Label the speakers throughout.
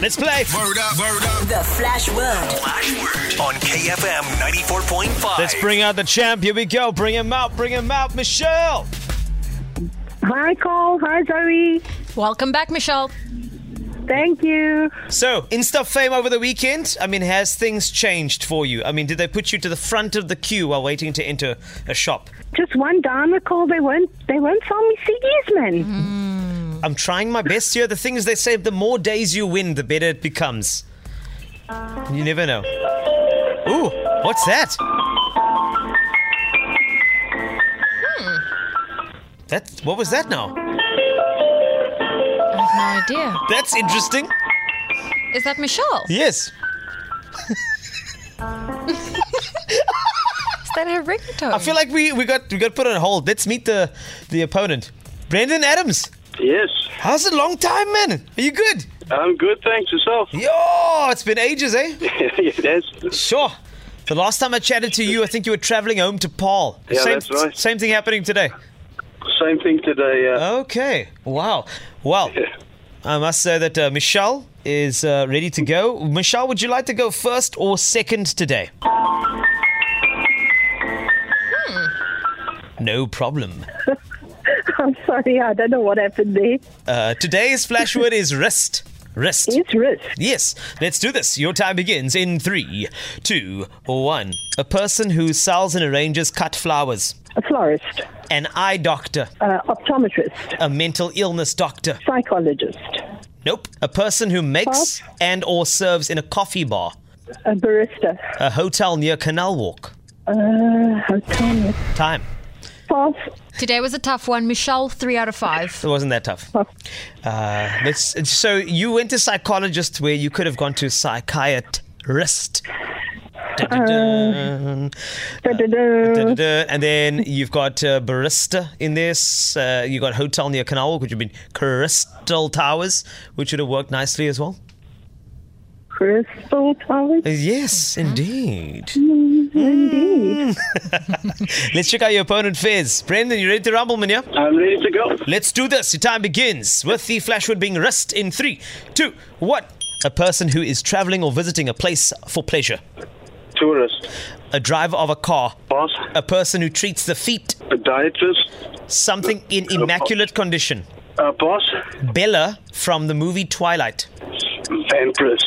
Speaker 1: Let's play.
Speaker 2: Word up, word up.
Speaker 3: The Flash Word.
Speaker 2: Flash word on KFM 94.5.
Speaker 1: Let's bring out the champ. Here we go. Bring him out. Bring him out, Michelle.
Speaker 4: Hi, Cole. Hi, Zoe.
Speaker 5: Welcome back, Michelle.
Speaker 4: Thank you.
Speaker 1: So, Insta fame over the weekend. I mean, has things changed for you? I mean, did they put you to the front of the queue while waiting to enter a shop?
Speaker 4: Just one dharma call. They won't. They won't sell me CDs, man.
Speaker 1: I'm trying my best here. The thing is, they say the more days you win, the better it becomes. You never know. Ooh, what's that? That's what was that now?
Speaker 5: I have no idea.
Speaker 1: That's interesting.
Speaker 5: Is that Michelle?
Speaker 1: Yes.
Speaker 5: Is that her ringtone?
Speaker 1: I feel like we, we got we got put on hold. Let's meet the the opponent, Brandon Adams.
Speaker 6: Yes,
Speaker 1: How's it long time, man? Are you good?
Speaker 6: I'm good, thanks. Yourself?
Speaker 1: Yo, it's been ages, eh?
Speaker 6: yes,
Speaker 1: Sure. The last time I chatted to you, I think you were traveling home to Paul.
Speaker 6: Yeah,
Speaker 1: same,
Speaker 6: that's right.
Speaker 1: Same thing happening today.
Speaker 6: same thing today. Uh,
Speaker 1: Okay. Wow. Well,
Speaker 6: yeah.
Speaker 1: I must say that uh, Michelle is uh, ready to go. Michelle, would you like to go first or second today? No problem.
Speaker 4: I'm sorry. I don't know what happened there.
Speaker 1: Uh, today's flash word is wrist. Wrist.
Speaker 4: It's wrist.
Speaker 1: Yes, let's do this. Your time begins in three, two, one. A person who sells and arranges cut flowers.
Speaker 4: A florist.
Speaker 1: An eye doctor.
Speaker 4: Uh, optometrist.
Speaker 1: A mental illness doctor.
Speaker 4: Psychologist.
Speaker 1: Nope. A person who makes and or serves in a coffee bar.
Speaker 4: A barista.
Speaker 1: A hotel near Canal Walk.
Speaker 4: Uh, hotel.
Speaker 1: Time.
Speaker 4: Pass.
Speaker 5: Today was a tough one. Michelle, three out of five.
Speaker 1: It wasn't that tough. Uh, let's, so you went to psychologist where you could have gone to psychiatrist. Dun-dun-dun.
Speaker 4: Da-da-da.
Speaker 1: Da-da-da. And then you've got uh, barista in this. Uh, you got hotel near Canal Walk, which would have been Crystal Towers, which would have worked nicely as well.
Speaker 4: Crystal Palace.
Speaker 1: Uh, Yes, indeed. Mm.
Speaker 4: Indeed.
Speaker 1: Let's check out your opponent fares. Brendan, you ready to rumble, man? Yeah?
Speaker 6: I'm ready to go.
Speaker 1: Let's do this. Your time begins with the flashwood being rest in three, two, one. A person who is traveling or visiting a place for pleasure.
Speaker 6: Tourist,
Speaker 1: A driver of a car.
Speaker 6: pass.
Speaker 1: A person who treats the feet.
Speaker 6: A dietist,
Speaker 1: Something in immaculate condition.
Speaker 6: uh, pass.
Speaker 1: Bella from the movie Twilight.
Speaker 6: Vampirist,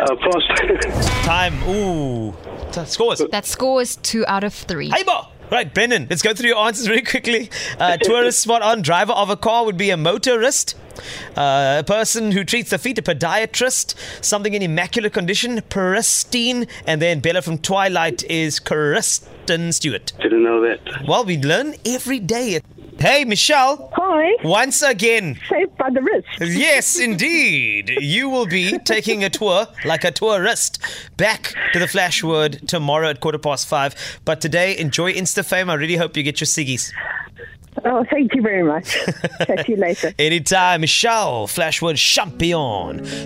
Speaker 6: uh, pass.
Speaker 1: Time. Ooh. T- Scores.
Speaker 5: That score is two out of three.
Speaker 1: Hey, Bo. Right, Brendan, let's go through your answers very quickly. Uh, tourist spot on. Driver of a car would be a motorist. Uh, a person who treats the feet, a podiatrist. Something in immaculate condition, pristine. And then Bella from Twilight is Kristen Stewart.
Speaker 6: Didn't know that.
Speaker 1: Well, we learn every day. Hey, Michelle,
Speaker 4: Hi.
Speaker 1: once again.
Speaker 4: Saved by the wrist.
Speaker 1: Yes, indeed. You will be taking a tour like a tourist back to the Flash Word tomorrow at quarter past five. But today, enjoy InstaFame. I really hope you get your ciggies.
Speaker 4: Oh, thank you very much. Catch you later.
Speaker 1: Anytime, Michelle, Flash Word champion.